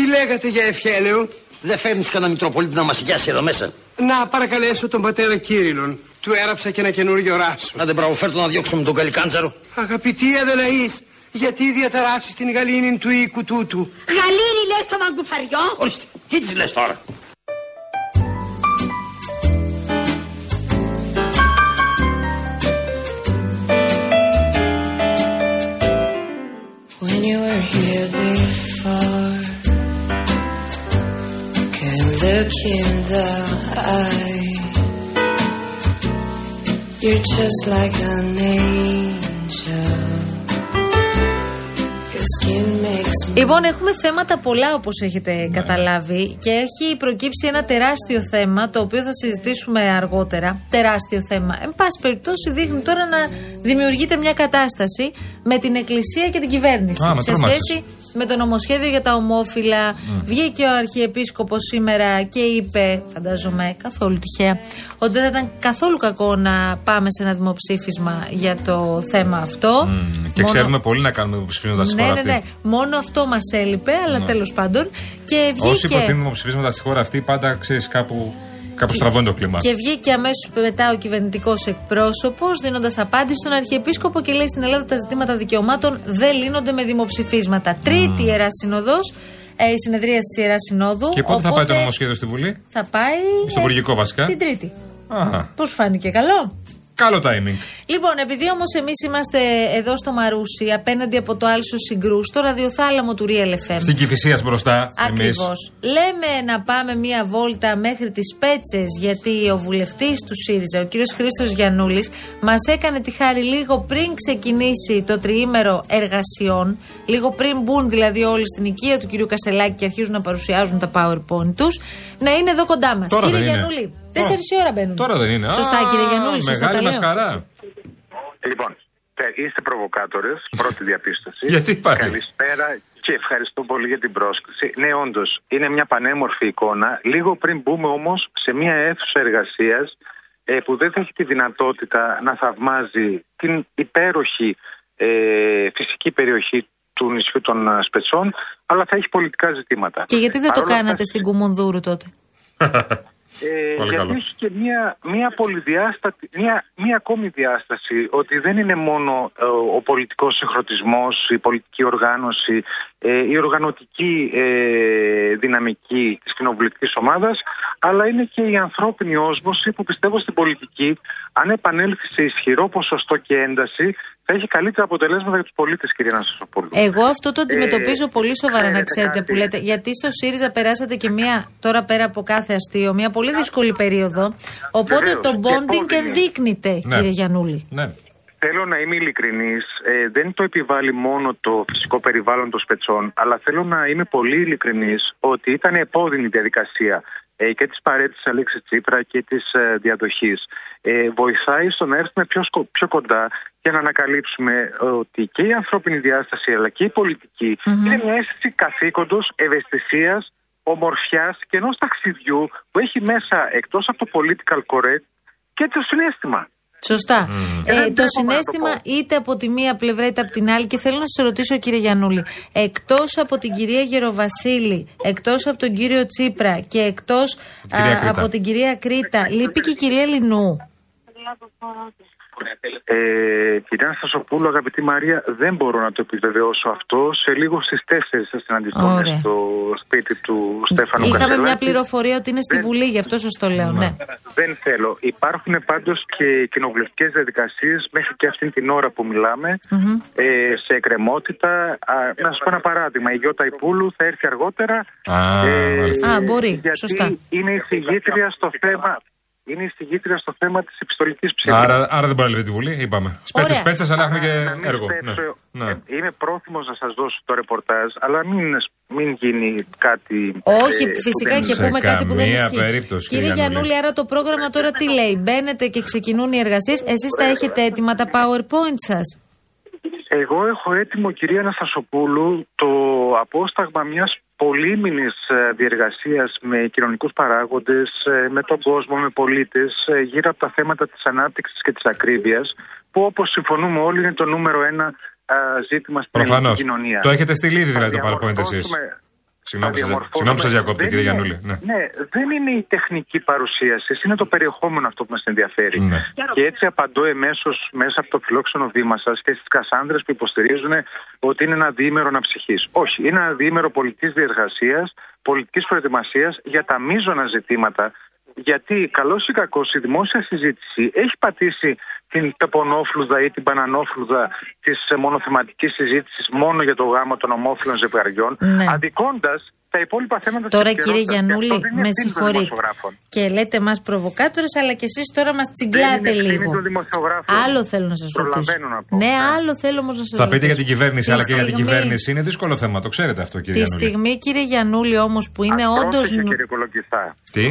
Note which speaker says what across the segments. Speaker 1: λέγατε για ευχέλαιο.
Speaker 2: Δεν φέρνεις κανένα Μητροπολίτη να μας γιάσει εδώ μέσα.
Speaker 1: Να παρακαλέσω τον πατέρα Κύριλον. Του έραψα και ένα καινούριο ράσο.
Speaker 2: Να δεν μπραβοφέρτω να διώξουμε τον Καλικάντζαρο.
Speaker 1: Αγαπητή Αδελαής, γιατί διαταράξεις την γαλήνη του οίκου τούτου.
Speaker 3: Γαλήνη λες το μαγκουφαριό.
Speaker 2: Ορίστε, τι της λες τώρα.
Speaker 4: When you were here before, can look in the eye. You're just like an angel. Your skin makes me.
Speaker 5: Λοιπόν, έχουμε θέματα πολλά όπως έχετε
Speaker 6: Ναι.
Speaker 5: καταλάβει και έχει προκύψει ένα τεράστιο θέμα το οποίο θα συζητήσουμε αργότερα. Τεράστιο θέμα. Εν πάση περιπτώσει, δείχνει τώρα να δημιουργείται μια κατάσταση με την Εκκλησία και την κυβέρνηση.
Speaker 6: Α, με Ναι.
Speaker 5: σε
Speaker 6: τρόμαξες.
Speaker 5: σχέση με το νομοσχέδιο για τα ομόφυλα, βγήκε ο Αρχιεπίσκοπος σήμερα και είπε, φαντάζομαι καθόλου τυχαία, ότι δεν θα ήταν καθόλου κακό να πάμε σε ένα δημοψήφισμα για το θέμα αυτό.
Speaker 6: Και
Speaker 5: Μόνο-
Speaker 6: ξέρουμε πολύ να κάνουμε δημοψηφίσματα στη
Speaker 5: ναι,
Speaker 6: χώρα
Speaker 5: ναι, ναι.
Speaker 6: αυτή.
Speaker 5: Μόνο αυτό μας έλειπε, αλλά τέλος τέλος πάντων. Και
Speaker 6: Ναι. Όσοι προτείνουν
Speaker 5: βγήκε.
Speaker 6: δημοψηφίσματα στη χώρα αυτή, πάντα ξέρεις κάπου, κάπου στραβώνει το κλίμα.
Speaker 5: Και βγήκε αμέσως μετά ο κυβερνητικός εκπρόσωπος, δίνοντας απάντηση στον Αρχιεπίσκοπο και λέει στην Ελλάδα τα ζητήματα δικαιωμάτων δεν λύνονται με δημοψηφίσματα. Τρίτη ιερά συνοδό, ε, η συνεδρία της ιεράς συνόδου.
Speaker 6: Και πότε θα
Speaker 5: Οπότε
Speaker 6: πάει το νομοσχέδιο στη Βουλή.
Speaker 5: Θα πάει.
Speaker 6: Στο
Speaker 5: ε,
Speaker 6: Υπουργικό βασικά.
Speaker 5: Την Τρίτη.
Speaker 6: Α,
Speaker 5: Πώς φάνηκε, καλό.
Speaker 6: καλό timing.
Speaker 5: Λοιπόν, επειδή όμως εμείς είμαστε εδώ στο Μαρούσι, απέναντι από το Άλσο Συγκρούς, στο ραδιοθάλαμο του Real FM.
Speaker 6: Στην Κυφυσία μπροστά. εμείς.
Speaker 5: Ακριβώς. Λέμε να πάμε μία βόλτα μέχρι τις Πέτσες, γιατί ο βουλευτής του ΣΥΡΙΖΑ, ο κύριος Χρήστος Γιανούλη, μας έκανε τη χάρη λίγο πριν ξεκινήσει το τριήμερο εργασιών, λίγο πριν μπουν δηλαδή όλοι στην οικία του κυρίου Κασελάκη και αρχίζουν να παρουσιάζουν τα PowerPoint τους, να είναι εδώ κοντά μας.
Speaker 6: Τώρα
Speaker 5: Κύριε
Speaker 6: δεν είναι.
Speaker 5: Γιανούλη,
Speaker 6: Τώρα.
Speaker 5: 4 ώρα μπαίνουν.
Speaker 6: Τώρα δεν είναι.
Speaker 5: Σωστά,
Speaker 6: Α,
Speaker 5: κύριε Γιανούλη, σωστά τα
Speaker 6: Μεγάλη μας
Speaker 5: λέω.
Speaker 6: χαρά.
Speaker 7: Λοιπόν, ε, είστε προβοκάτορες, πρώτη διαπίστωση.
Speaker 6: Γιατί πάλι?
Speaker 7: Καλησπέρα και ευχαριστώ πολύ για την πρόσκληση. Ναι, όντως, είναι μια πανέμορφη εικόνα. Λίγο πριν μπούμε όμως σε μια αίθουσα εργασίας που δεν θα έχει τη δυνατότητα να θαυμάζει την υπέροχη ε, φυσική περιοχή του νησιού των ε, Σπετσών, αλλά θα έχει πολιτικά ζητήματα.
Speaker 5: Και γιατί δεν το
Speaker 7: Παρόλα αυτά,
Speaker 5: κάνατε στην Κουμουνδούρου τότε.
Speaker 7: ε,
Speaker 6: Πολύ
Speaker 7: γιατί
Speaker 6: καλό.
Speaker 7: έχει και μία, μία, πολυδιάστατη, μία, μία ακόμη διάσταση ότι δεν είναι μόνο ε, ο πολιτικός συγχρονισμός, η πολιτική οργάνωση, ε, η οργανωτική ε, δυναμική της κοινοβουλευτικής ομάδας, αλλά είναι και η ανθρώπινη όσμωση που πιστεύω στην πολιτική, αν επανέλθει σε ισχυρό ποσοστό και ένταση, θα έχει καλύτερα αποτελέσματα για τους πολίτες, κύριε Αναστασοπούλου.
Speaker 5: Εγώ αυτό το αντιμετωπίζω
Speaker 7: Ε,
Speaker 5: πολύ σοβαρά, να
Speaker 7: ξέρετε
Speaker 5: ξέρετε
Speaker 7: κάτι.
Speaker 5: που λέτε. Γιατί στο ΣΥΡΙΖΑ περάσατε και μία, τώρα πέρα από κάθε αστείο, μία πολύ δύσκολη περίοδο. Οπότε
Speaker 7: Βεβαίως.
Speaker 5: το
Speaker 7: Και
Speaker 5: bonding
Speaker 7: bonding.
Speaker 5: ενδείκνυται,
Speaker 6: Ναι.
Speaker 5: κύριε Γιανούλη.
Speaker 6: Ναι.
Speaker 7: Θέλω να είμαι ειλικρινής. Ε, δεν το επιβάλλει μόνο το φυσικό περιβάλλον των σπετσών, αλλά θέλω να είμαι πολύ ειλικρινής ότι ήταν επώδυνη η διαδικασία ε, και της παρέτησης Αλέξης Τσίπρα και της ε, διαδοχής. Ε, βοηθάει στο να έρθουμε πιο, σκο- πιο κοντά και να ανακαλύψουμε ε, ότι και η ανθρώπινη διάσταση αλλά και η πολιτικη είναι μια αίσθηση καθήκοντος, ευαισθησίας, ομορφιάς και ενός ταξιδιού που έχει μέσα εκτός από το political correct και το συνέστημα.
Speaker 5: Σωστά.
Speaker 7: Ε,
Speaker 5: Ε, το
Speaker 7: δεν τρέπομαι να το
Speaker 5: συνέστημα
Speaker 7: πω.
Speaker 5: είτε από τη μία πλευρά είτε από την άλλη και θέλω να σα ρωτήσω κύριε Γιανούλη, εκτός από την κυρία Γεροβασίλη, εκτός από τον κύριο Τσίπρα και εκτός
Speaker 6: την
Speaker 5: α,
Speaker 6: κυρία Κρήτα.
Speaker 5: από την κυρία Κρήτα, λείπει και η κυρία Λινού.
Speaker 7: Ε, κυρία Αναστασοπούλου, αγαπητή Μαρία, δεν μπορώ να το επιβεβαιώσω αυτό. Σε λίγο στις 4 θα συναντηθούμε
Speaker 5: Ωραία.
Speaker 7: στο σπίτι του Στέφανου
Speaker 5: Είχαμε μια
Speaker 7: Κασελάκη.
Speaker 5: πληροφορία ότι είναι στη
Speaker 7: Δεν-
Speaker 5: Βουλή, γι' αυτό σας το λέω. Ναι.
Speaker 7: Δεν θέλω. Υπάρχουν πάντως και κοινοβουλευτικές διαδικασίες μέχρι και αυτή την ώρα που μιλάμε ε, σε εκκρεμότητα. Α, να σας πω ένα παράδειγμα. Η Γιώτα Υπούλου θα έρθει αργότερα. Ε,
Speaker 6: Α, μάλιστα.
Speaker 5: Α, μπορεί.
Speaker 7: Γιατί
Speaker 5: Σωστά.
Speaker 7: είναι η συγγήτρια στο θέμα. Είναι η συγγήτρια στο θέμα της επιστολικής ψήφου.
Speaker 6: Άρα, άρα δεν μπορεί να λειτουργεί τη Βουλή, είπαμε. Σπέτσες,
Speaker 5: Ωραία.
Speaker 6: σπέτσες, αλλά έχουμε και
Speaker 7: Να μην
Speaker 6: έργο. Ναι.
Speaker 7: στέψω.
Speaker 6: Ναι.
Speaker 7: Ε, Είμαι πρόθυμο να σας δώσω το ρεπορτάζ, αλλά μην, μην γίνει κάτι.
Speaker 5: Όχι,
Speaker 7: ε, που
Speaker 5: φυσικά
Speaker 7: δεν
Speaker 5: και
Speaker 6: σε
Speaker 5: πούμε κάτι που δεν
Speaker 6: καμία
Speaker 5: ισχύει.
Speaker 6: περίπτωση,
Speaker 5: Κύριε
Speaker 6: κύριε Γιαννούλη.
Speaker 5: Γιανούλη, άρα το πρόγραμμα τώρα τι λέει. Μπαίνετε και ξεκινούν οι εργασίες. Εσείς τα έχετε έτοιμα τα PowerPoint σας.
Speaker 7: Εγώ έχω έτοιμο, κυρία Αναστασοπούλου, το απόσταγμα μιας πολύμηνη διεργασίας με κοινωνικούς παράγοντες, με τον κόσμο, με πολίτες, γύρω από τα θέματα της ανάπτυξης και της ακρίβειας, που όπως συμφωνούμε όλοι είναι το νούμερο ένα ε, ζήτημα στην
Speaker 6: Προφανώς.
Speaker 7: ελληνική κοινωνία.
Speaker 6: Το έχετε στείλει ήδη δηλαδή το
Speaker 7: Θα
Speaker 6: PowerPoint εσεί.
Speaker 7: διαμορφώσουμε-
Speaker 6: Συγγνώμη,
Speaker 7: θα
Speaker 6: σας-
Speaker 7: διαμορφώνουμε.
Speaker 6: συγγνώμη σας διακόπτω,
Speaker 7: Δεν
Speaker 6: κύριε
Speaker 7: είναι-
Speaker 6: Γιαννούλη. Ναι.
Speaker 7: δεν είναι η τεχνική παρουσίαση, είναι το περιεχόμενο αυτό που μας ενδιαφέρει.
Speaker 6: Ναι.
Speaker 7: Και έτσι απαντώ εμέσως μέσα από το φιλόξενο βήμα σας και στις κασάνδρες που υποστηρίζουν ότι είναι ένα διήμερο αναψυχής. Όχι, είναι ένα διήμερο πολιτικής διεργασίας, πολιτικής προετοιμασίας για τα μείζωνα ζητήματα. Γιατί καλός ή κακός η δημόσια συζήτηση έχει πατήσει την πεπονόφλουδα ή την πανανόφλουδα της μονοθεματικής συζήτησης μόνο για το γάμο των ομόφυλων ζευγαριών,
Speaker 5: Ναι.
Speaker 7: αδικώντας τα υπόλοιπα θέματα της
Speaker 5: Τώρα κύριε
Speaker 7: επικαιρότητας. Και
Speaker 5: Γιαννούλη,
Speaker 7: αυτό δεν είναι
Speaker 5: με
Speaker 7: ευθύνη των
Speaker 5: συγχωρείτε.
Speaker 7: δημοσιογράφων.
Speaker 5: Και λέτε μας προβοκάτορες, αλλά και εσείς τώρα μας τσιγκλάτε
Speaker 7: ευθύνη
Speaker 5: λίγο.
Speaker 7: των δημοσιογράφων.
Speaker 5: Άλλο θέλω να σας ρωτήσω.
Speaker 7: Προλαβαίνω να πω,
Speaker 5: Ναι,
Speaker 7: ναι.
Speaker 5: άλλο θέλω όμως να σας ρωτήσω.
Speaker 6: Θα πείτε για την κυβέρνηση,
Speaker 5: Τη
Speaker 6: αλλά και για την
Speaker 5: στιγμή-
Speaker 6: κυβέρνηση είναι δύσκολο θέμα, το ξέρετε αυτό, κύριε
Speaker 5: Τη
Speaker 6: Γιαννούλη.
Speaker 5: στιγμή, κύριε Γιαννούλη, όμως που είναι
Speaker 7: Ας
Speaker 5: όντω.
Speaker 7: πρόσεχε, κύριε Κολοκυθά.
Speaker 6: Τι,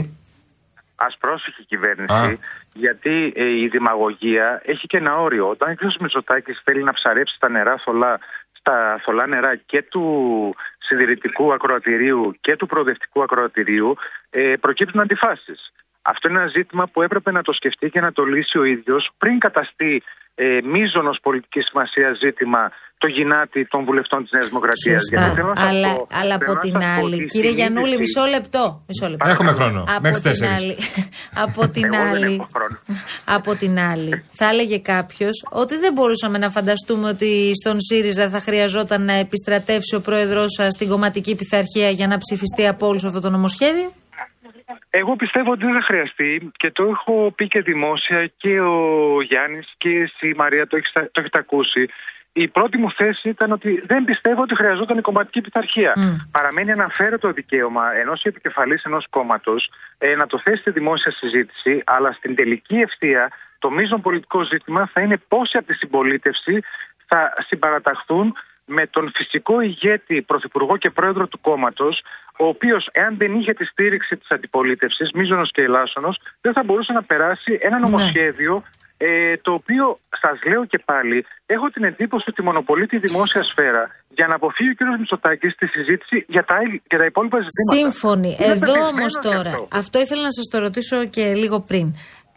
Speaker 7: Ας πρόσεχε η κυβέρνηση,
Speaker 6: Α.
Speaker 7: γιατί ε, η δημαγωγία έχει και ένα όριο. Όταν ο κ. Μητσοτάκης θέλει να ψαρέψει τα νερά θολά, στα θολά νερά και του συντηρητικού ακροατηρίου και του προοδευτικού ακροατηρίου, ε, προκύπτουν αντιφάσεις. Αυτό είναι ένα ζήτημα που έπρεπε να το σκεφτεί και να το λύσει ο ίδιος πριν καταστεί ε, μείζονο πολιτικής σημασίας ζήτημα το γυνάτι των βουλευτών της Νέας Δημοκρατίας.
Speaker 5: Σωστά. Αλλά, αλλά από την άλλη, κύριε Γιαννούλη, μισό λεπτό. Μισό λεπτό.
Speaker 6: Έχουμε χρόνο.
Speaker 5: Από
Speaker 6: Μέχρι
Speaker 5: την,
Speaker 6: τέσσερις.
Speaker 5: άλλη, από, την
Speaker 7: Εγώ δεν
Speaker 5: άλλη,
Speaker 7: έχω χρόνο.
Speaker 5: από την άλλη, θα έλεγε κάποιος ότι δεν μπορούσαμε να φανταστούμε ότι στον ΣΥΡΙΖΑ θα χρειαζόταν να επιστρατεύσει ο πρόεδρός σας την κομματική πειθαρχία για να ψηφιστεί από όλους αυτό το νομοσχέδιο.
Speaker 7: Εγώ πιστεύω ότι δεν θα χρειαστεί και το έχω πει και δημόσια και ο Γιάννης και εσύ η Μαρία το, έχεις- το έχετε ακούσει. Η πρώτη μου θέση ήταν ότι δεν πιστεύω ότι χρειαζόταν η κομματική πειθαρχία. Παραμένει αναφέρετο δικαίωμα ενός επικεφαλής ενός κόμματος ε, να το θέσει στη δημόσια συζήτηση, αλλά στην τελική ευθεία το μείζον πολιτικό ζήτημα θα είναι πόσοι από τη συμπολίτευση θα συμπαραταχθούν με τον φυσικό ηγέτη, πρωθυπουργό και πρόεδρο του κόμματος, ο οποίος, εάν δεν είχε τη στήριξη της αντιπολίτευσης, μίζωνος και ελάσσονος, δεν θα μπορούσε να περάσει ένα
Speaker 5: Ναι.
Speaker 7: νομοσχέδιο. Ε, το οποίο σας λέω και πάλι, έχω την εντύπωση ότι μονοπολεί τη δημόσια σφαίρα για να αποφύγει ο κ. Μητσοτάκης τη συζήτηση για τα, άλλη- για τα υπόλοιπα ζητήματα.
Speaker 5: Σύμφωνοι.
Speaker 7: Είμαι
Speaker 5: Εδώ
Speaker 7: πεπισμένος
Speaker 5: όμω
Speaker 7: γι'
Speaker 5: τώρα,
Speaker 7: αυτό.
Speaker 5: αυτό. ήθελα να σας το ρωτήσω και λίγο πριν.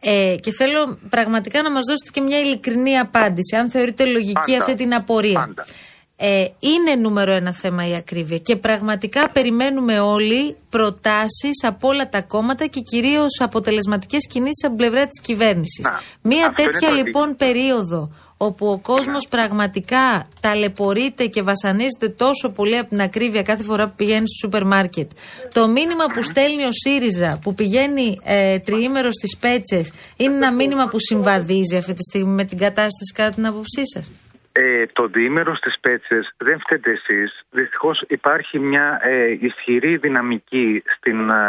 Speaker 5: Ε, και θέλω πραγματικά να μας δώσετε και μια ειλικρινή απάντηση, αν θεωρείτε λογική
Speaker 7: Πάντα.
Speaker 5: αυτή την απορία.
Speaker 7: Πάντα.
Speaker 5: Ε, είναι νούμερο ένα θέμα η ακρίβεια και πραγματικά περιμένουμε όλοι προτάσεις από όλα τα κόμματα και κυρίως αποτελεσματικές κινήσεις από την πλευρά της κυβέρνησης.
Speaker 7: Να,
Speaker 5: Μία
Speaker 7: αυτό είναι
Speaker 5: τέτοια
Speaker 7: το Ναι.
Speaker 5: λοιπόν περίοδο όπου ο κόσμος πραγματικά ταλαιπωρείται και βασανίζεται τόσο πολύ από την ακρίβεια κάθε φορά που πηγαίνει στο σούπερ μάρκετ. Το μήνυμα που στέλνει ο ΣΥΡΙΖΑ που πηγαίνει ε, τριήμερος στις Πέτσες είναι ένα μήνυμα που συμβαδίζει αυτή τη στιγμή με την κατάσταση κατά την άποψή σας.
Speaker 7: ε, το διήμερο στις πέτσες δεν φταίτε εσείς. Δυστυχώς υπάρχει μια ε, ισχυρή δυναμική στην ε,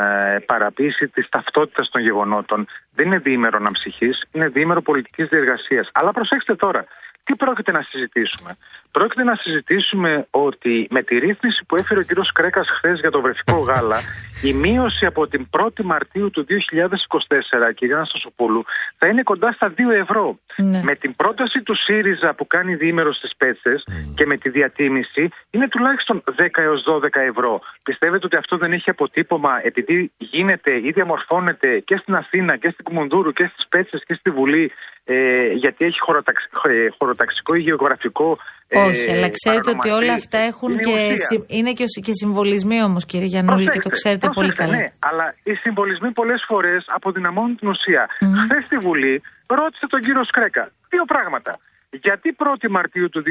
Speaker 7: παραποίηση της ταυτότητας των γεγονότων. Δεν είναι διήμερο αναψυχή, είναι διήμερο πολιτικής διεργασίας. Αλλά προσέξτε τώρα, τι πρόκειται να συζητήσουμε. Πρόκειται να συζητήσουμε ότι με τη ρύθμιση που έφερε ο κ. Κρέκας χθες για το βρεφικό γάλα, η μείωση από την 1η Μαρτίου του 2024, κυρία Αναστασοπούλου, θα είναι κοντά στα 2 ευρώ.
Speaker 5: Ναι.
Speaker 7: Με την πρόταση του ΣΥΡΙΖΑ που κάνει διήμερο στις πέτσες και με τη διατίμηση είναι τουλάχιστον 10 έω 12 ευρώ. Πιστεύετε ότι αυτό δεν έχει αποτύπωμα επειδή γίνεται ή διαμορφώνεται και στην Αθήνα και στην Κουμουνδούρου και στις πέτσες και στη Βουλή, ε, γιατί έχει χωροταξ- ε, χωροταξικό ή γεωγραφικό. ε,
Speaker 5: Όχι, αλλά ξέρετε ότι όλα αυτά
Speaker 7: παρονομαστή.
Speaker 5: έχουν
Speaker 7: Είναι η
Speaker 5: και,
Speaker 7: ουσία.
Speaker 5: συ- είναι και, ο- και συμβολισμοί όμως, κύριε Γιαννούλη, και το ξέρετε πολύ
Speaker 7: προσέξτε,
Speaker 5: καλά.
Speaker 7: Ναι, αλλά οι συμβολισμοί πολλές φορές αποδυναμώνουν την ουσια Χθες στη Βουλή ρώτησε τον κύριο Σκρέκα δύο πράγματα. Γιατί 1η Μαρτίου του 2024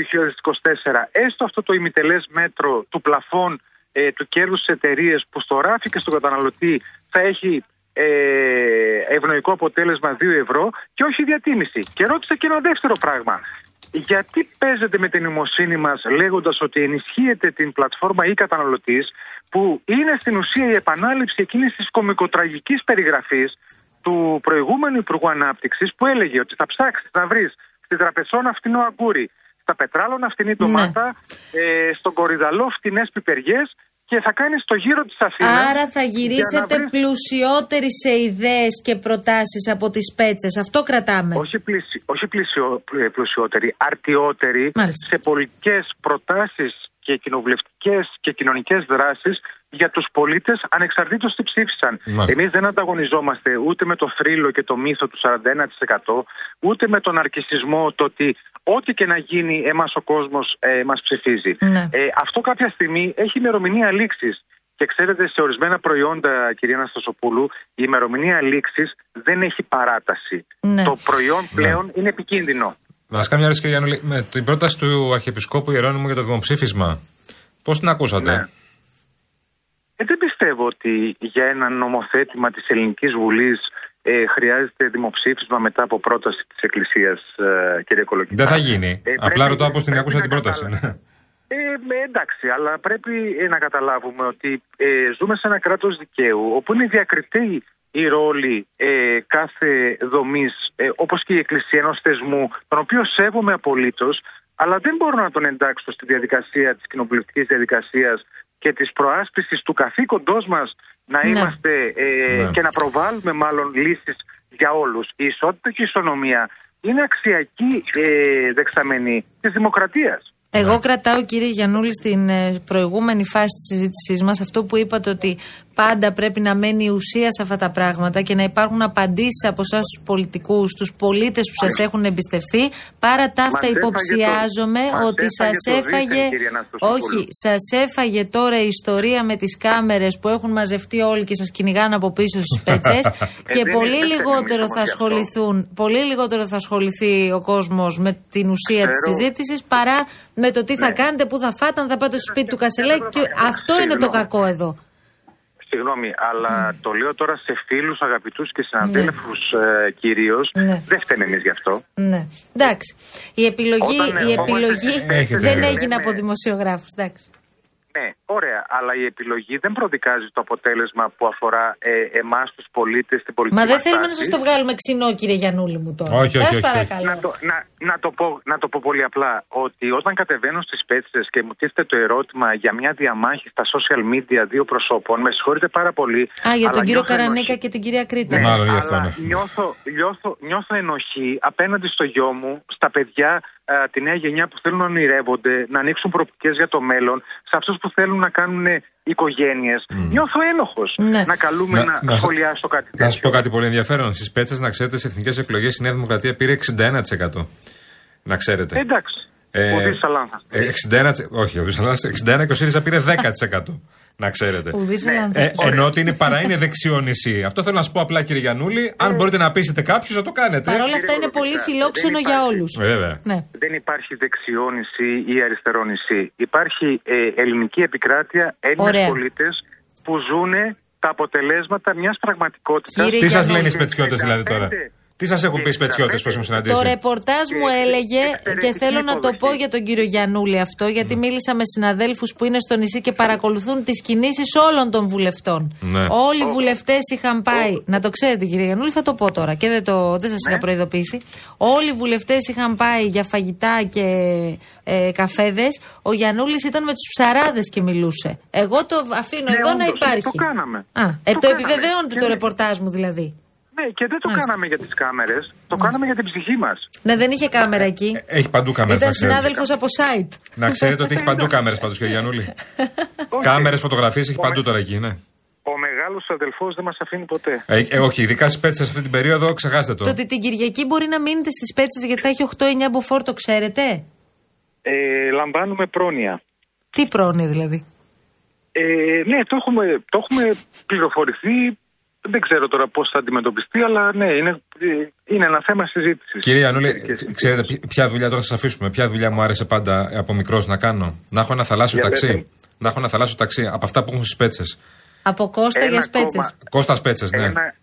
Speaker 7: έστω αυτό το ημιτελές μέτρο του πλαφών ε, του κέρδους τη εταιρεία που στο ράφι και στον καταναλωτή θα έχει ε, ευνοϊκό αποτέλεσμα 2 ευρώ και όχι διατίμηση. Και ρώτησε και ένα δεύτερο πράγμα. Γιατί παίζετε με την ημοσύνη μας λέγοντας ότι ενισχύεται την πλατφόρμα ή καταναλωτής, που είναι στην ουσία η επανάληψη εκείνης της κομικοτραγικής περιγραφής του προηγούμενου Υπουργού Ανάπτυξης που έλεγε ότι θα ψάξεις να βρει στην τραπεζόνα φτηνό αγκούρι, στα πετράλωνα
Speaker 5: Ναι.
Speaker 7: φτηνή ντομάτα, ε, στον κορυδαλό φτηνές πιπεριές και θα κάνεις το γύρο της Αθήνας.
Speaker 5: Άρα θα γυρίσετε πλουσιότεροι σε ιδέες και προτάσεις από τις πέτσες. Αυτό κρατάμε.
Speaker 7: Όχι, πλησι, όχι πλησιο, πλου- πλουσιότεροι, αρτιότεροι
Speaker 5: Μάλιστα.
Speaker 7: σε πολιτικές προτάσεις και κοινοβουλευτικές και κοινωνικές δράσεις για τους πολίτες ανεξαρτήτως τι ψήφισαν.
Speaker 6: Μάλιστα.
Speaker 7: Εμείς δεν ανταγωνιζόμαστε ούτε με το θρύλο και το μύθο του 41% ούτε με τον αρκισισμό το ότι ό,τι και να γίνει εμάς ο κόσμος ε, μας ψηφίζει.
Speaker 5: Ναι.
Speaker 7: Ε, αυτό κάποια στιγμή έχει ημερομηνία λήξης. Και ξέρετε, σε ορισμένα προϊόντα, κυρία Αναστασοπούλου, η ημερομηνία λήξης δεν έχει παράταση.
Speaker 5: Ναι.
Speaker 7: Το προϊόν πλέον είναι επικίνδυνο.
Speaker 6: Να σας κάνω μια ερώτηση, κύριε Γιάννουλη. Με την πρόταση του Αρχιεπισκόπου Ιερώνυμου για το δημοψήφισμα, πώς την ακούσατε.
Speaker 7: Ναι. Ε, δεν πιστεύω ότι για ένα νομοθέτημα της Ελληνικής Βουλής ε, χρειάζεται δημοψήφισμα μετά από πρόταση της Εκκλησίας, ε, κύριε Κολοκυθά.
Speaker 6: Δεν θα γίνει.
Speaker 7: Ε,
Speaker 6: Απλά
Speaker 7: πρέπει-
Speaker 6: ρωτάω πώ την
Speaker 7: πρέπει
Speaker 6: ακούσα
Speaker 7: να
Speaker 6: την πρόταση.
Speaker 7: καταλάβουμε.
Speaker 6: Ναι.
Speaker 7: Ε, με- εντάξει, αλλά πρέπει ε, να καταλάβουμε ότι ε, ζούμε σε ένα κράτος δικαίου όπου είναι διακριτή η ρόλη ε, κάθε δομής ε, όπως και η εκκλησία ενός θεσμού τον οποίο σέβομαι απολύτως αλλά δεν μπορώ να τον εντάξω στη διαδικασία της κοινοβουλευτικής διαδικασίας και της προάσπισης του καθήκοντός μας να
Speaker 5: Ναι.
Speaker 7: είμαστε ε,
Speaker 6: Ναι.
Speaker 7: και να προβάλλουμε μάλλον λύσεις για όλους. Η ισότητα και η ισονομία είναι αξιακή ε, δεξαμενή της δημοκρατίας.
Speaker 6: Ναι.
Speaker 5: Εγώ κρατάω, κύριε Γιανούλη, στην ε, προηγούμενη φάση της συζήτησής μας αυτό που είπατε ότι πάντα πρέπει να μένει η ουσία σε αυτά τα πράγματα και να υπάρχουν απαντήσεις από εσάς τους πολιτικούς, τους πολίτες που σας έχουν εμπιστευτεί. Παρά τα αυτά,
Speaker 7: έφαγε το-
Speaker 5: υποψιάζομαι
Speaker 7: μας
Speaker 5: ότι σα
Speaker 7: έφαγε το δίθεν,
Speaker 5: έφαγε.
Speaker 7: κύριε Αναστασοπούλου.
Speaker 5: Όχι, σας έφαγε τώρα η ιστορία με τις κάμερες που έχουν μαζευτεί όλοι και σας κυνηγάνε από πίσω στις πετσές. και
Speaker 7: Ε, δεν
Speaker 5: πολύ
Speaker 7: είναι
Speaker 5: λιγότερο
Speaker 7: θέμα
Speaker 5: θα
Speaker 7: γι' αυτό.
Speaker 5: ασχοληθούν, πολύ λιγότερο θα ασχοληθεί ο κόσμος με την ουσία της
Speaker 7: Ξέρω.
Speaker 5: συζήτηση συζήτηση παρά με το τι θα
Speaker 7: Ναι.
Speaker 5: κάνετε, πού θα φάτε, αν θα πάτε στο σπίτι του Κασελάκη. Και αυτό είναι το
Speaker 7: Συγγνώμη.
Speaker 5: κακό εδώ.
Speaker 7: Συγγνώμη, αλλά το λέω τώρα σε φίλους, αγαπητούς και συναδέλφου ε, κυρίως.
Speaker 5: Ναι.
Speaker 7: Δεν φταίμε εμείς γι' αυτό.
Speaker 5: Ναι. Εντάξει. Η επιλογή,
Speaker 7: Όταν
Speaker 5: η
Speaker 7: ερχόμαστε
Speaker 5: επιλογή
Speaker 7: στις
Speaker 6: θέσεις
Speaker 5: δεν
Speaker 6: που
Speaker 5: έγινε
Speaker 7: λέμε-
Speaker 5: από δημοσιογράφους. Εντάξει.
Speaker 7: Ναι, ωραία, αλλά η επιλογή δεν προδικάζει το αποτέλεσμα που αφορά ε, εμάς τους πολίτες, την πολιτική.
Speaker 5: Μα δεν
Speaker 7: μας
Speaker 5: θέλουμε να
Speaker 7: τάξη.
Speaker 5: σας το βγάλουμε ξινό, κύριε Γιανούλη μου τώρα.
Speaker 6: Όχι, όχι,
Speaker 5: Σας
Speaker 6: όχι, όχι.
Speaker 5: παρακαλώ.
Speaker 7: Να το, να, να, το πω, να το πω πολύ απλά. Ότι όταν κατεβαίνω στις πέτσε και μου τίθεται το ερώτημα για μια διαμάχη στα social media δύο προσώπων, με συγχωρείτε πάρα πολύ.
Speaker 5: Α, για
Speaker 7: αλλά
Speaker 5: τον κύριο
Speaker 7: νιώθω
Speaker 5: Καρανίκα
Speaker 7: ενοχή.
Speaker 5: και την κυρία Κρήτα.
Speaker 7: Ναι,
Speaker 6: Μάλλον γι' αυτό,
Speaker 7: αλλά
Speaker 6: ναι.
Speaker 7: νιώθω, νιώθω, νιώθω ενοχή απέναντι στο γιο μου, στα παιδιά, α, τη νέα γενιά που θέλουν να ονειρεύονται, να ανοίξουν προοπτικές για το μέλλον, σε αυτούς που θέλουν να κάνουν οικογένειες. Νιώθω ένοχος
Speaker 5: Ναι.
Speaker 7: να καλούμε να,
Speaker 6: σας-
Speaker 7: σχολιάσω κάτι τέτοιο.
Speaker 6: Να σας πω κάτι πολύ ενδιαφέρον. Στις πέτσες, να ξέρετε, στι εθνικές εκλογές η Νέα Δημοκρατία πήρε 61%. Να ξέρετε.
Speaker 7: Εντάξει.
Speaker 6: Ε,
Speaker 7: Ουδής αλάνθας.
Speaker 6: ε, 61, όχι, ουδής αλάνθας, 61 και ο ΣΥΡΙΖΑ πήρε 10%. να ξέρετε.
Speaker 5: Ουδή
Speaker 7: Ναι.
Speaker 6: Ε, ενώ
Speaker 5: Ελλανδό.
Speaker 6: ότι είναι, παρά είναι δεξιό νησί. Αυτό θέλω να σα πω απλά, κύριε Γιανούλη. Αν μπορείτε να πείσετε κάποιους, να το κάνετε.
Speaker 5: Παρ' όλα
Speaker 7: κύριε
Speaker 5: αυτά είναι
Speaker 7: Κολοκυθά,
Speaker 5: πολύ
Speaker 7: ε, δεν
Speaker 5: φιλόξενο για
Speaker 7: υπάρχει.
Speaker 5: όλους.
Speaker 6: Βέβαια.
Speaker 5: Ναι.
Speaker 7: Δεν υπάρχει δεξιό νησί ή αριστερό νησί. Υπάρχει ε, ελληνική επικράτεια, Έλληνες
Speaker 5: Ωραία.
Speaker 7: πολίτες που ζουν τα αποτελέσματα μιας πραγματικότητας.
Speaker 5: Κύριε
Speaker 6: Τι σας
Speaker 5: Γιαννούλη.
Speaker 6: λένε οι σπετσιώτε δηλαδή τώρα.
Speaker 7: 65.
Speaker 6: Τι σας έχουν πει οι σπετσιώτε που
Speaker 7: Εξαρτάται.
Speaker 6: έχουν
Speaker 5: Το
Speaker 6: συναντήσει.
Speaker 5: ρεπορτάζ μου
Speaker 7: Ε,
Speaker 5: έλεγε,
Speaker 7: εξαιρετική
Speaker 5: και θέλω να το
Speaker 7: υποδοχή.
Speaker 5: πω για τον κύριο Γιανούλη αυτό, γιατί μίλησα με συναδέλφους που είναι στο νησί και παρακολουθούν τις κινήσεις όλων των βουλευτών.
Speaker 6: Ναι.
Speaker 5: Όλοι οι βουλευτές είχαν πάει. Να το ξέρετε, κύριε Γιανούλη, θα το πω τώρα και δεν, το, δεν
Speaker 7: Ναι.
Speaker 5: σα είχα προειδοποιήσει. Όλοι οι βουλευτές είχαν πάει για φαγητά και ε, καφέδες. Ο Γιανούλης ήταν με τους ψαράδες και μιλούσε. Εγώ το αφήνω
Speaker 7: Ναι,
Speaker 5: εδώ να
Speaker 7: όντως,
Speaker 5: υπάρχει.
Speaker 7: το κάναμε.
Speaker 5: Α, ε,
Speaker 7: Το
Speaker 5: το
Speaker 7: κάναμε.
Speaker 5: επιβεβαιώνεται
Speaker 7: Και
Speaker 5: το
Speaker 7: ναι.
Speaker 5: ρεπορτάζ μου δηλαδή.
Speaker 7: Ναι, και δεν το
Speaker 5: Μάλιστα.
Speaker 7: κάναμε για τις κάμερες, το κάναμε για την ψυχή μας.
Speaker 5: Ναι, δεν
Speaker 7: Ε,
Speaker 5: είχε κάμερα εκεί.
Speaker 6: Έχει παντού κάμερες, να
Speaker 5: Ήταν
Speaker 6: ξέρετε.
Speaker 5: συνάδελφος από site.
Speaker 6: Να ξέρετε ότι έχει παντού κάμερες πάντως, κύριε Γιανούλη. Κάμερες, φωτογραφίες έχει παντού τώρα εκεί, ναι.
Speaker 7: Ο μεγάλος αδελφός δεν μας αφήνει ποτέ.
Speaker 6: Ε, ε, όχι, ειδικά στις πέτσες αυτή την περίοδο, ξεχάστε
Speaker 5: Το
Speaker 6: το.
Speaker 5: ότι την Κυριακή μπορεί να μείνετε στις πέτσες γιατί θα έχει 8-9 μποφόρ, το ξέρετε.
Speaker 7: Ε, λαμβάνουμε πρόνοια.
Speaker 5: Τι πρόνοια δηλαδή.
Speaker 7: Ε, ναι, το έχουμε, το έχουμε πληροφορηθεί. Δεν ξέρω τώρα πώς θα αντιμετωπιστεί, αλλά ναι, είναι, ε, είναι ένα θέμα συζήτησης.
Speaker 6: Κύριε Γιανούλη,
Speaker 7: Μερικές συζήτησεις.
Speaker 6: ξέρετε ποι- ποια δουλειά τώρα σας αφήσουμε. Ποια δουλειά μου άρεσε πάντα από μικρός να κάνω. Να έχω ένα θαλάσσιο
Speaker 7: Για
Speaker 6: ταξί.
Speaker 7: λέτε.
Speaker 6: Να έχω ένα θαλάσσιο ταξί από αυτά που έχουν στις πέτσες.
Speaker 5: Από Κώστα
Speaker 7: Ένα
Speaker 5: για σπέτσε.
Speaker 7: ακόμα.
Speaker 6: Κώστας πέτσες, ναι.
Speaker 7: Ένα,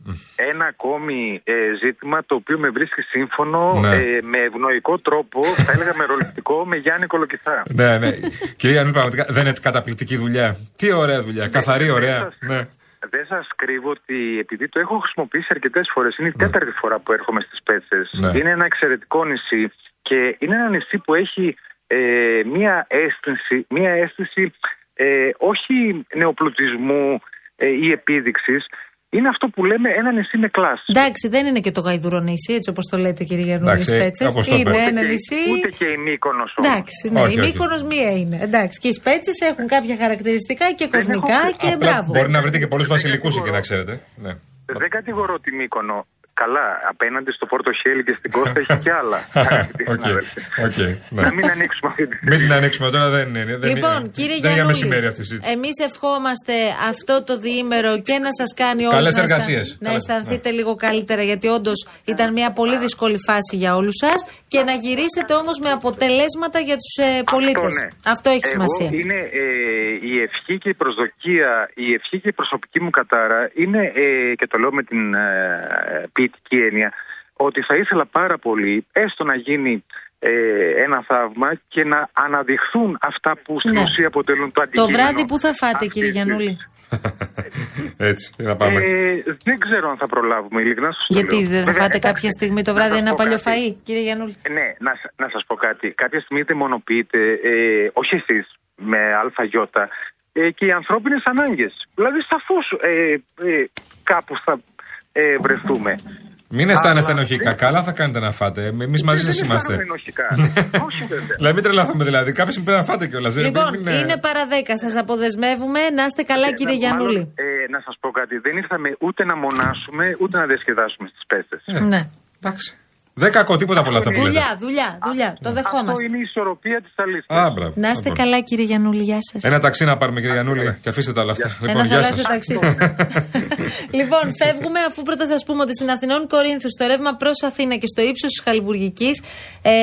Speaker 7: ένα ακόμη ε, ζήτημα το οποίο με βρίσκει σύμφωνο
Speaker 6: Ναι.
Speaker 7: ε, με ευνοϊκό τρόπο, θα έλεγα μεροληπτικό, με Γιάννη Κολοκυθά.
Speaker 6: Ναι, ναι. Κυρία Γιανούλη, πραγματικά δεν είναι καταπληκτική δουλειά. Τι ωραία δουλειά.
Speaker 7: Ναι,
Speaker 6: Καθαρή, ωραία.
Speaker 7: σας-
Speaker 6: Ναι.
Speaker 7: Δεν σας κρύβω ότι επειδή το έχω χρησιμοποιήσει αρκετές φορές, είναι η τέταρτη φορά που έρχομαι στις Πέτσες.
Speaker 6: Ναι.
Speaker 7: Είναι ένα εξαιρετικό νησί και είναι ένα νησί που έχει ε, μία αίσθηση, μία αίσθηση ε, όχι νεοπλουτισμού ε, ή επίδειξης. Είναι αυτό που λέμε ένα νησί με κλάση.
Speaker 5: Εντάξει, δεν είναι και το γαϊδουρονήσι, έτσι όπως το λέτε, κύριε Γιανούλη,
Speaker 6: Εντάξει,
Speaker 5: σπέτσες.
Speaker 6: όπως το
Speaker 5: Είναι
Speaker 6: είπα.
Speaker 5: ένα
Speaker 7: Και-
Speaker 5: νησί.
Speaker 7: Ούτε και η Μύκονος όμως.
Speaker 5: Εντάξει, ναι,
Speaker 6: Όχι,
Speaker 5: η
Speaker 6: όχι.
Speaker 5: Μύκονος μία είναι. Εντάξει, και οι σπέτσες έχουν κάποια χαρακτηριστικά και κοσμικά
Speaker 7: έχω-
Speaker 5: και
Speaker 6: Απλά
Speaker 5: μπράβο.
Speaker 6: Μπορεί να βρείτε και πολλούς βασιλικούς εκεί, να ξέρετε. Ναι.
Speaker 7: Δεν κατηγορώ τη Μύκονο. καλά. Απέναντι στο Πόρτο Χέλη και στην Κώστα έχει κι άλλα. αγαπητοί
Speaker 6: Οκ,
Speaker 7: συνάδελφοι.
Speaker 6: οκ, ναι.
Speaker 7: Να μην ανοίξουμε αυτή τη
Speaker 6: Μην την ανοίξουμε τώρα, δεν είναι. Δεν είναι,
Speaker 5: Λοιπόν, κύριε
Speaker 6: δεν είναι για μεσημέρι
Speaker 5: Γιάννουλη,
Speaker 6: αυτή η συζήτηση.
Speaker 5: εμείς ευχόμαστε αυτό το διήμερο και να σας κάνει όλους να,
Speaker 6: Καλές
Speaker 5: αισθαν-
Speaker 6: εργασίες.
Speaker 5: να
Speaker 6: Καλές, Ναι.
Speaker 5: αισθανθείτε λίγο καλύτερα, γιατί όντως ήταν μια πολύ δύσκολη φάση για όλους σας και να γυρίσετε όμως με αποτελέσματα για τους ε, πολίτες.
Speaker 7: ναι.
Speaker 5: Αυτό έχει
Speaker 7: Εγώ
Speaker 5: σημασία.
Speaker 7: Είναι ε, η ευχή και η προσδοκία, η ευχή και η προσωπική μου κατάρα είναι, ε, και το λέω με την ε, ποιητική έννοια, ότι θα ήθελα πάρα πολύ έστω να γίνει ε, ένα θαύμα και να αναδειχθούν αυτά που στην
Speaker 5: Ναι.
Speaker 7: ουσία αποτελούν το
Speaker 5: Το
Speaker 7: αντικείμενο.
Speaker 5: βράδυ που θα φάτε,
Speaker 7: αυτής
Speaker 5: κύριε
Speaker 7: της-
Speaker 5: Γιανούλη.
Speaker 6: Έτσι, να πάμε.
Speaker 7: Ε, δεν ξέρω αν θα προλάβουμε, ειλικρινά σας το
Speaker 5: Γιατί
Speaker 7: λέω.
Speaker 5: δεν θα
Speaker 7: Βέβαια,
Speaker 5: φάτε
Speaker 7: εντάξει,
Speaker 5: κάποια στιγμή το
Speaker 7: να
Speaker 5: βράδυ
Speaker 7: σας
Speaker 5: ένα
Speaker 7: πω
Speaker 5: παλιό
Speaker 7: κάτι.
Speaker 5: φαΐ, κύριε Γιανούλη.
Speaker 7: Ναι, να, σ- να σας πω κάτι. Κάποια στιγμή δαιμονοποιείτε, ε, όχι εσείς, με ΑΙ, ε, και οι ανθρώπινες ανάγκες. Δηλαδή, σαφώς ε, ε, κάπου θα ε, βρεθούμε.
Speaker 6: Μην αισθάνεστε
Speaker 7: Αλλά- Ε,
Speaker 6: ενοχικά. Καλά θα κάνετε να φάτε. Εμείς μαζί
Speaker 7: Δεν
Speaker 6: σα είμαστε.
Speaker 7: αισθάνομαι ενοχικά. Όχι, βέβαια.
Speaker 6: Δηλαδή, μην τρελαθούμε δηλαδή. Κάποια στιγμή πρέπει να φάτε ε, κιόλα.
Speaker 5: Λοιπόν, είναι παρά 10. Σας αποδεσμεύουμε. Να είστε καλά, κύριε
Speaker 7: Ε, να- μάλλον,
Speaker 5: Γιανούλη.
Speaker 7: ε, να σας πω κάτι. Δεν ήρθαμε ούτε να μονάσουμε, ούτε να διασκεδάσουμε στις πέστες.
Speaker 6: Ε,
Speaker 5: Ναι.
Speaker 6: Εντάξει. Δεν κακό, τίποτα από όλα αυτά που λέτε.
Speaker 5: Δουλειά, δουλειά, δουλειά. Το
Speaker 7: ναι. Αυτό
Speaker 5: δεχόμαστε.
Speaker 7: είναι η ισορροπία της αλήθειας.
Speaker 6: Α, μπράβο.
Speaker 5: Να είστε
Speaker 6: Λοιπόν.
Speaker 5: καλά, κύριε Γιανούλη, γεια σας.
Speaker 6: Ένα ταξί να πάρουμε, κύριε Γιανούλη, και αφήστε τα όλα αυτά.
Speaker 5: Ένα
Speaker 6: Λοιπόν, γεια
Speaker 5: θαλάσσιο
Speaker 6: σας.
Speaker 5: ταξίδι. λοιπόν, φεύγουμε αφού πρώτα σας πούμε ότι στην Αθηνών Κορίνθους, στο ρεύμα προς Αθήνα και στο ύψος της Χαλιβουργικής ε,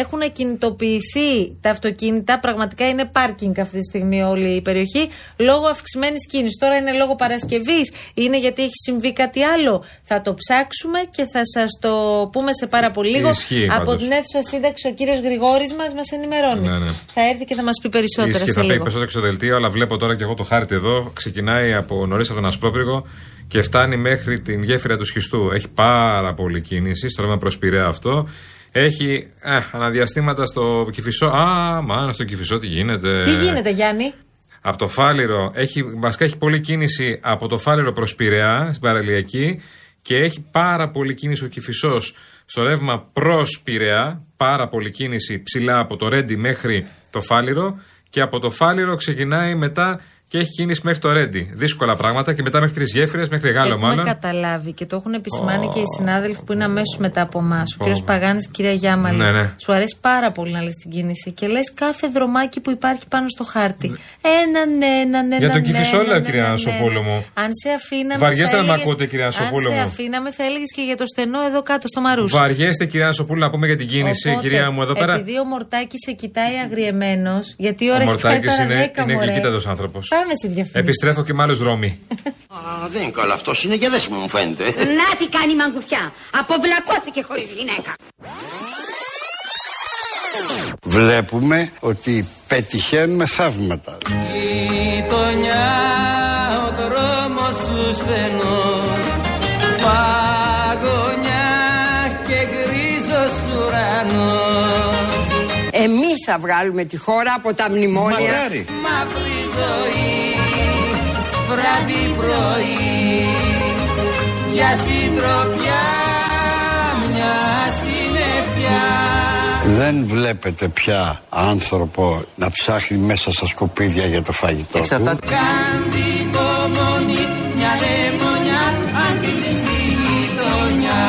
Speaker 5: έχουν κινητοποιηθεί τα αυτοκίνητα. Πραγματικά είναι πάρκινγκ αυτή τη στιγμή όλη η περιοχή λόγω αυξημένης κίνησης. Τώρα είναι λόγω Παρασκευής, είναι γιατί έχει συμβεί κάτι άλλο. Θα το ψάξουμε και θα σας το πούμε σε πάρα πολύ λίγο.
Speaker 6: Ισχύει,
Speaker 5: Από
Speaker 6: πάντως.
Speaker 5: την αίθουσα σύνταξη, ο κύριος Γρηγόρης μας μας ενημερώνει.
Speaker 6: Ναι, ναι.
Speaker 5: Θα έρθει και θα μας πει περισσότερα
Speaker 6: Ισχύει,
Speaker 5: σε
Speaker 6: θα πει
Speaker 5: λίγο.
Speaker 6: περισσότερο στο δελτίο, αλλά βλέπω τώρα και εγώ το χάρτη εδώ. Ξεκινάει από νωρίς από τον Ασπρόπυργο και φτάνει μέχρι την γέφυρα του Σχιστού. Έχει πάρα πολύ κίνηση, στο λέμε προς Πειραιά αυτό. Έχει ε, αναδιαστήματα στο Κυφισό. Α, μάνα στο Κυφισό τι γίνεται.
Speaker 5: Τι γίνεται, Γιάννη.
Speaker 6: Από το Φάληρο, έχει, βασικά έχει πολλή κίνηση από το Φάληρο προς Πειραιά, στην παραλιακή, και έχει πάρα πολύ κίνηση ο Κηφισός στο ρεύμα προς Πειραιά, πάρα πολύ κίνηση ψηλά από το Ρέντι μέχρι το Φάληρο και από το Φάληρο ξεκινάει μετά και έχει κίνηση μέχρι το Ρέντι. Δύσκολα πράγματα και μετά μέχρι τρεις γέφυρες, μέχρι Γάλλο
Speaker 5: Έχουμε
Speaker 6: μάλλον.
Speaker 5: καταλάβει και το έχουν επισημάνει και οι συνάδελφοι που είναι αμέσως μετά από εμάς. Ο κύριος Παγάνης, κυρία Γιάμαλη.
Speaker 6: Ναι, ναι.
Speaker 5: Σου αρέσει πάρα πολύ να λες την κίνηση και λες κάθε δρομάκι που υπάρχει πάνω στο χάρτη. Έναν, έναν, έναν.
Speaker 6: Για τον Κηφισό
Speaker 5: Κυφισόλα,
Speaker 6: λέω, κυρία Ανασοπούλου μου.
Speaker 5: Αν σε αφήναμε. θα
Speaker 6: Βαριέστε να μ'
Speaker 5: έλεγες-
Speaker 6: ακούτε, κυρία Ανασοπούλου
Speaker 5: Αν σε
Speaker 6: μου.
Speaker 5: αφήναμε, θα έλεγες και για το στενό εδώ κάτω στο Μαρούσι.
Speaker 6: Βαριέστε κυρία Σοπούλου να πούμε για την κίνηση,
Speaker 5: Οπότε,
Speaker 6: κυρία μου εδώ πέρα.
Speaker 5: Επειδή ο Μορτάκης σε κοιτάει αγριεμένος, γιατί η ώρα
Speaker 6: Ο
Speaker 5: έχει πάει
Speaker 6: Μορτάκης
Speaker 5: παρά
Speaker 6: είναι,
Speaker 5: 10,
Speaker 6: είναι
Speaker 5: μωρέ.
Speaker 6: γλυκύτατος άνθρωπος.
Speaker 5: Πάμε στη διαφήμιση.
Speaker 6: Επιστρέφω και με άλλους δρόμοι.
Speaker 2: Α, δεν είναι καλά αυτός. Είναι για δέσιμο μου φαίνεται.
Speaker 3: Να τι κάνει η μαγκουφιά. Αποβλακώθηκε χωρίς γυναίκα.
Speaker 8: Βλέπουμε ότι πετυχαίνουμε θαύματα.
Speaker 9: γειτονιά ο δρόμος σου στενός παγωνιά και γκρίζος ουρανός
Speaker 10: Εμείς θα βγάλουμε τη χώρα από τα μνημόνια.
Speaker 8: Μακάρι.
Speaker 9: μαύρη ζωή βράδυ πρωί για συντροφιά μια συννεφιά
Speaker 8: Δεν βλέπετε πια άνθρωπο να ψάχνει μέσα στα σκουπίδια για το φαγητό του.
Speaker 9: Κάντε υπομονή μια λεμονιά αν τη δεις στη γειτονιά.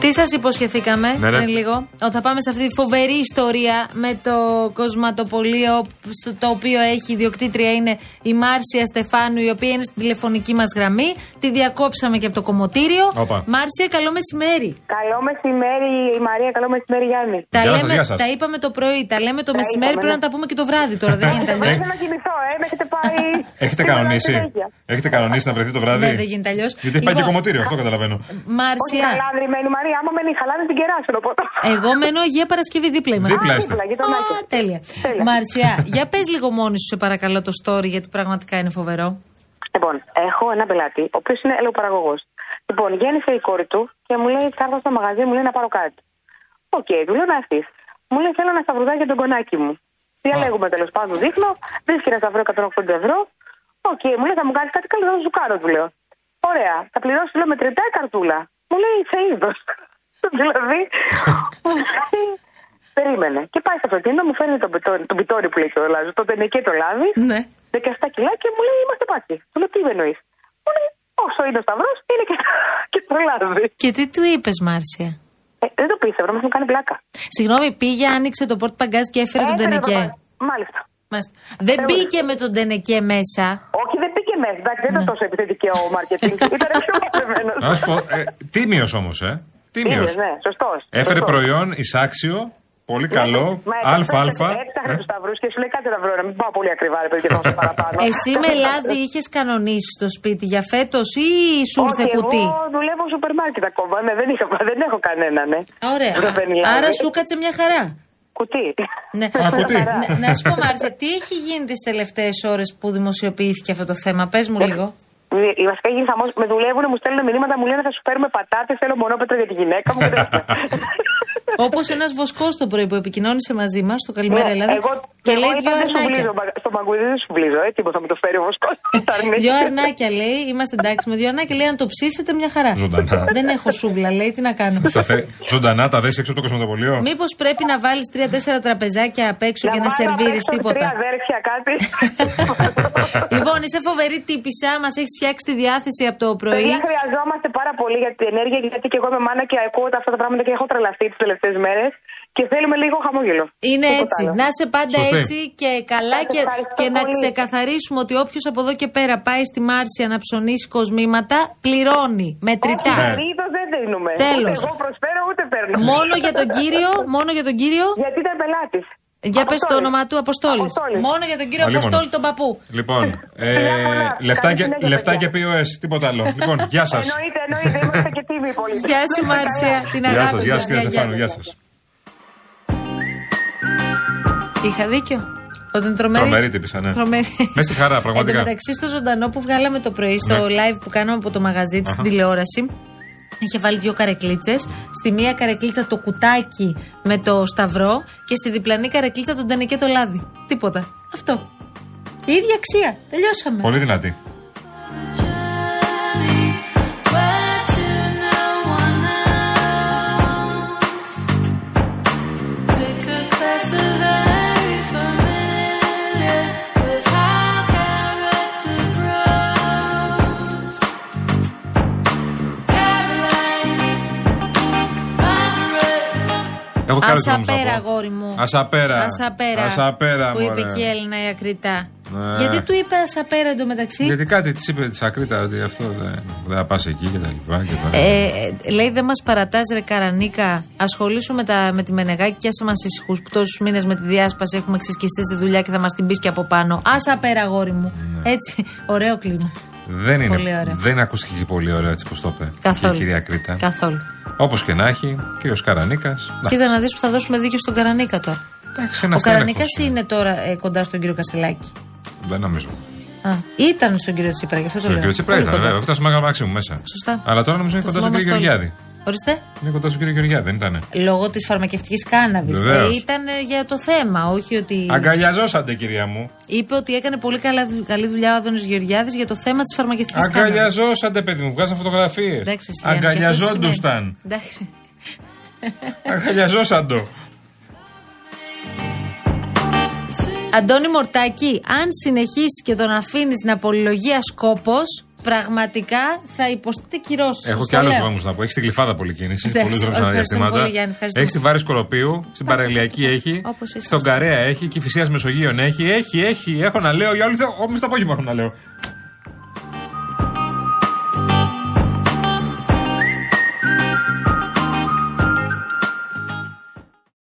Speaker 5: Τι σας υποσχεθήκαμε
Speaker 6: Ναι, ναι.
Speaker 5: πριν λίγο, ότι θα πάμε σε αυτή τη φοβερή ιστορία με το κοσματοπολείο, στο, το οποίο έχει ιδιοκτήτρια είναι η Μάρσια Στεφάνου, η οποία είναι στην τηλεφωνική μας γραμμή. Τη διακόψαμε και από το κομμωτήριο.
Speaker 6: Όπα.
Speaker 5: Μάρσια, καλό μεσημέρι.
Speaker 11: Καλό μεσημέρι, η Μαρία, καλό μεσημέρι, Γιάννη.
Speaker 5: Τα,
Speaker 6: Γεια σας,
Speaker 5: λέμε,
Speaker 6: γεια σας.
Speaker 5: τα είπαμε το πρωί, τα λέμε το
Speaker 11: Τα
Speaker 5: μεσημέρι,
Speaker 11: είπαμε,
Speaker 5: πρέπει να
Speaker 11: ναι.
Speaker 5: τα πούμε και το βράδυ τώρα.
Speaker 6: Ναι.
Speaker 5: Δεν γίνεται αλλιώ.
Speaker 11: Δεν θέλω να κοιμηθώ, ε, με έχετε πάει.
Speaker 6: Έχετε
Speaker 11: σήμερα
Speaker 6: κανονίσει.
Speaker 11: συνέχεια.
Speaker 6: Έχετε κανονίσει να βρεθεί το βράδυ.
Speaker 5: Ναι, δεν γίνεται αλλιώς.
Speaker 6: Γιατί πάει και
Speaker 5: Λοιπόν.
Speaker 6: κομμωτήριο, αυτό καταλαβαίνω.
Speaker 11: Όχι,
Speaker 5: Μάρσια,
Speaker 11: χαλάνδρη μένει η Μαρία. Άμα μένει χαλάνδρη, την κεράσουν οπότε.
Speaker 5: εγώ μένω Αγία Παρασκευή δίπλα είμαστε.
Speaker 6: Δίπλα είστε.
Speaker 11: δίπλα, γειτονάκια.
Speaker 5: Α, τέλεια.
Speaker 11: Τέλεια.
Speaker 5: Μάρσια, για πες λίγο μόνη σου, σε παρακαλώ, το story, γιατί πραγματικά είναι φοβερό.
Speaker 11: Λοιπόν, έχω ένα πελάτη, ο οποίος είναι ελαιοπαραγωγός. Λοιπόν, γέννησε η κόρη του και μου λέει: Θα έρθω στο μαγαζί, μου λέει να πάρω κάτι. Οκ, του λέω να έρθεις. Μου λέει: Θέλω ένα σταυρουδάκι για τον κονάκι μου. Διαλέγουμε τέλος πάντων, δείχνω. Βρίσκει ένα σταυρό 180 ευρώ. Οκ, μου λέει: Θα μου κάνεις κάτι καλό, θα σου κάνω, του λέω. Ωραία, θα πληρώσω, λέω με τριτά καρτούλα. Μου λέει: Σε είδος. δηλαδή, μου λέει, περί περίμενε. Και πάει στο αυτοκίνητο, μου φέρνει τον, πιτόρι, τον πιτόρι που λέει και το λάζο, τον πενεκέ το λάδι,
Speaker 12: Ναι.
Speaker 11: 17 κιλά και μου λέει είμαστε πάτη. Του λέω τι με εννοείς. Μου λέει όσο είναι ο σταυρός, είναι και, και το λάδι.
Speaker 5: Και τι του είπες, Μάρσια.
Speaker 11: Ε, δεν το πίστευα, μα μου κάνει πλάκα.
Speaker 5: Συγγνώμη, πήγε, άνοιξε το πόρτ παγκάζ και έφερε τον
Speaker 11: Έφερε το
Speaker 5: Τενεκέ.
Speaker 11: πα- Μάλιστα.
Speaker 5: Μάλιστα. Δεν μπήκε με τον Τενεκέ μέσα.
Speaker 11: Όχι, δεν πήγε μέσα. Εντάξει, δεν
Speaker 5: Ναι.
Speaker 11: ήταν τόσο επιθετική ο μάρκετινγκ. ήταν πιο μαζεμένο.
Speaker 6: Να σου πω, ε, τίμιος όμως, ε. Τίμιος.
Speaker 11: Ναι, σωστός.
Speaker 6: Έφερε προϊόν εισάξιο, πολύ καλό, αλφα-αλφα.
Speaker 11: Έψαχνα
Speaker 6: ε.
Speaker 11: του σταυρού ναι. και σου λέει κάτι σταυρό, να μην πάω πολύ ακριβά, ρε παιδί, και τόσο παραπάνω.
Speaker 5: Εσύ με λάδι είχες κανονίσει στο σπίτι για φέτος ή σου ήρθε
Speaker 11: Όχι,
Speaker 5: κουτί.
Speaker 11: Εγώ δουλεύω σούπερ μάρκετ ακόμα. Ναι, δεν, είχα, δεν έχω κανένα, ναι.
Speaker 5: Ωραία.
Speaker 11: Δεν παίρνει
Speaker 5: Άρα
Speaker 11: λάδι.
Speaker 5: σου κάτσε μια χαρά.
Speaker 11: Κουτί.
Speaker 5: Ναι.
Speaker 6: Α, κουτί.
Speaker 5: Ναι, Να σου πω, Μάρσια, τι έχει γίνει τις τελευταίες ώρες που δημοσιοποιήθηκε αυτό το θέμα. Πες
Speaker 11: Ε,
Speaker 5: μου λίγο.
Speaker 11: Η Ναι, βασικά γίνει χαμός. Με δουλεύουν, μου στέλνουν μηνύματα, μου λένε θα σου φέρουμε πατάτες. Θέλω μονόπετρο για τη γυναίκα μου. και τέτοια.
Speaker 5: Όπως ένας βοσκός το πρωί που επικοινώνησε μαζί μας, το Καλημέρα
Speaker 11: Ναι,
Speaker 5: Ελλάδα.
Speaker 11: Εγώ,
Speaker 5: δηλαδή, και
Speaker 11: εγώ
Speaker 5: λέει
Speaker 11: είπα,
Speaker 5: δύο
Speaker 11: δεν σου
Speaker 5: αρνάκια.
Speaker 11: βλίζω, μπα- Στο μαγκουδί δεν σου βλίζω, ε, τίποτα μου το φέρει ο βοσκός.
Speaker 5: Δύο αρνάκια λέει, είμαστε εντάξει με δύο αρνάκια. Λέει, αν το ψήσετε, μια χαρά.
Speaker 6: Ζωντανά.
Speaker 5: Δεν έχω σούβλα, λέει, τι να κάνουμε.
Speaker 6: Θα φέρει ζωντανά τα δέσει έξω από το κοσμοπολιό.
Speaker 5: Μήπως πρέπει να βάλεις τρία-τέσσερα τραπεζάκια απ' έξω και να σερβίρει
Speaker 11: Τρία
Speaker 5: τίποτα.
Speaker 11: αδέρφια κάτι.
Speaker 5: λοιπόν, είσαι φοβερή τύπησα, μας έχεις φτιάξει τη διάθεση από το πρωί.
Speaker 11: Παιδιά, χρειαζόμαστε πάρα πολύ για την ενέργεια, γιατί και εγώ είμαι μάνα και ακούω τα αυτά τα πράγματα και έχω τρελαθεί τι τελευταίες μέρες. Και θέλουμε λίγο χαμόγελο.
Speaker 5: Είναι
Speaker 11: Τίποτα
Speaker 5: έτσι.
Speaker 11: άλλο.
Speaker 5: Να είσαι πάντα
Speaker 6: Σωστή.
Speaker 5: έτσι και καλά
Speaker 11: Σας
Speaker 5: και,
Speaker 11: ευχαριστώ
Speaker 5: και να
Speaker 11: πολύ.
Speaker 5: ξεκαθαρίσουμε ότι όποιος από εδώ και πέρα πάει στη Μάρσια να ψωνίσει κοσμήματα, πληρώνει μετρητά.
Speaker 11: Όχι, μερίδο δεν δίνουμε.
Speaker 5: Τέλος.
Speaker 11: Ούτε εγώ προσφέρω, ούτε παίρνω.
Speaker 5: Μόνο για τον κύριο, μόνο για τον κύριο.
Speaker 11: Γιατί ήταν πελάτης.
Speaker 5: Για πες το όνομα του, Αποστόλη. Μόνο για τον κύριο
Speaker 6: Αλίμονος.
Speaker 5: Αποστόλη, τον παππού.
Speaker 6: Λοιπόν, ε,
Speaker 11: Φιλιά πολλά.
Speaker 6: λεφτάκια,
Speaker 11: Καλή συνέχεια,
Speaker 6: λεφτάκια
Speaker 11: παιδιά.
Speaker 6: POS, τίποτα άλλο. λοιπόν, γεια σας.
Speaker 11: Εννοείται, εννοείται. Είμαστε και τίμοι πολύ.
Speaker 5: Γεια σου, Μάρσια, την
Speaker 6: Γεια σας,
Speaker 5: αγάπη
Speaker 6: γεια
Speaker 5: μας.
Speaker 6: σας, κύριε
Speaker 5: Γεια,
Speaker 6: Στεφάνου,
Speaker 5: γεια.
Speaker 6: γεια σας.
Speaker 5: Είχα δίκιο. Ότι είναι τρομερή.
Speaker 6: Τρομερή τύπησα, ναι.
Speaker 5: Τρομερή.
Speaker 6: Μες στη χαρά, πραγματικά.
Speaker 5: Εν τω μεταξύ, στο ζωντανό που βγάλαμε το πρωί, στο
Speaker 6: Ναι.
Speaker 5: live που κάναμε από το μαγαζί της
Speaker 6: Αχα.
Speaker 5: στην τηλεόραση, είχε βάλει δύο καρεκλίτσες. Στη μία καρεκλίτσα το κουτάκι με το σταυρό και στη διπλανή καρεκλίτσα τον τενεκέ το λάδι. Τίποτα. Αυτό. Η ίδια αξία. Τελειώσαμε.
Speaker 6: Πολύ δυνατή. Έχω κάτι
Speaker 5: Ασαπέρα,
Speaker 6: όμως να πω.
Speaker 5: αγόρι μου.
Speaker 6: Ασαπέρα.
Speaker 5: Ασαπέρα.
Speaker 6: Ασαπέρα,
Speaker 5: που είπε
Speaker 6: μωρέ.
Speaker 5: και η Έλληνα η Ακριτά.
Speaker 6: Ναι.
Speaker 5: Γιατί του είπε Ασαπέρα εντωμεταξύ.
Speaker 6: Γιατί κάτι της είπε της Ακρίτας ότι αυτό δεν δεν θα πας εκεί και τα λοιπά. Και τα...
Speaker 5: Ε, λέει δεν μας παρατάς ρε Καρανίκα Ασχολήσου με, τα, με τη Μενεγάκη και άσε μας ησυχούς Που τόσους μήνες με τη διάσπαση έχουμε ξεσκιστεί στη δουλειά Και θα μας την πεις και από πάνω Άσα πέρα αγόρι μου
Speaker 6: Ναι.
Speaker 5: Έτσι ωραίο κλίμα
Speaker 6: δεν είναι.
Speaker 5: πολύ ωραία.
Speaker 6: Δεν ακούστηκε και πολύ ωραία έτσι πως το είπε.
Speaker 5: Καθόλου
Speaker 6: Και η κυρία Ακρίτα.
Speaker 5: Καθόλου
Speaker 6: Όπως και να έχει, κύριος Καρανίκας.
Speaker 5: Κοίτα να δεις που θα δώσουμε δίκιο στον Καρανίκα τώρα Ο Καρανίκας είναι τώρα ε, κοντά στον κύριο Κασελάκη
Speaker 6: Δεν νομίζω.
Speaker 5: Α, Ήταν στον κύριο Τσίπρα γι' αυτό το
Speaker 6: Στον
Speaker 5: λέω
Speaker 6: κύριο Τσίπρα
Speaker 5: Πολύ
Speaker 6: ήταν,
Speaker 5: κοντά.
Speaker 6: βέβαια, φτάσει μεγάλο μάξιμου μέσα.
Speaker 5: Σωστά.
Speaker 6: Αλλά τώρα νομίζω είναι
Speaker 5: Το
Speaker 6: κοντά στον κύριο
Speaker 5: θυμόμαστε όλοι.
Speaker 6: Γεωργιάδη.
Speaker 5: Ορίστε
Speaker 6: Είναι κοντά στον κύριο Γεωργιάδη, δεν ήτανε.
Speaker 5: Λόγω της φαρμακευτικής κάναβης
Speaker 6: Βεβαίως.
Speaker 5: Ήταν ε, για το θέμα όχι ότι
Speaker 6: Αγκαλιαζόσατε, κυρία μου.
Speaker 5: Είπε ότι έκανε πολύ καλά, καλή δουλειά ο Άδωνης Γεωργιάδης για το θέμα της φαρμακευτικής κάναβης.
Speaker 6: Αγκαλιαζόσατε, παιδί μου, βγάζαν φωτογραφίες.
Speaker 5: Εντάξει, Σιλιανό, και αυτό
Speaker 6: Αγκαλιαζόντουσταν.
Speaker 5: σημαίνει. Εντάξει.
Speaker 6: Αγκαλιαζόσαντο.
Speaker 5: Αντώνη Μορτάκη, αν συνεχίσεις και τον αφήνεις να πολυλογία σκόπος, πραγματικά θα υποστείτε κυρώσεις.
Speaker 6: Έχω και άλλου δρόμου να πω. Έχεις την κλειφάδα πολύ κίνηση.
Speaker 5: Εντάξει,
Speaker 6: Πολλού δρόμου
Speaker 5: ευχαριστούμε
Speaker 6: αναδιαστήματα.
Speaker 5: πολύ, Γιάννη, ευχαριστούμε.
Speaker 6: Έχεις τη Βάρη Κοροπίου. Στην Παραλιακή έχει.
Speaker 5: Όπως εσύ.
Speaker 6: Στον Καρέα έχει. Και η Φυσίας Μεσογείων έχει. Έχει, έχει. Έχω να λέω για όλη. Όμω το απόγευμα έχω να λέω.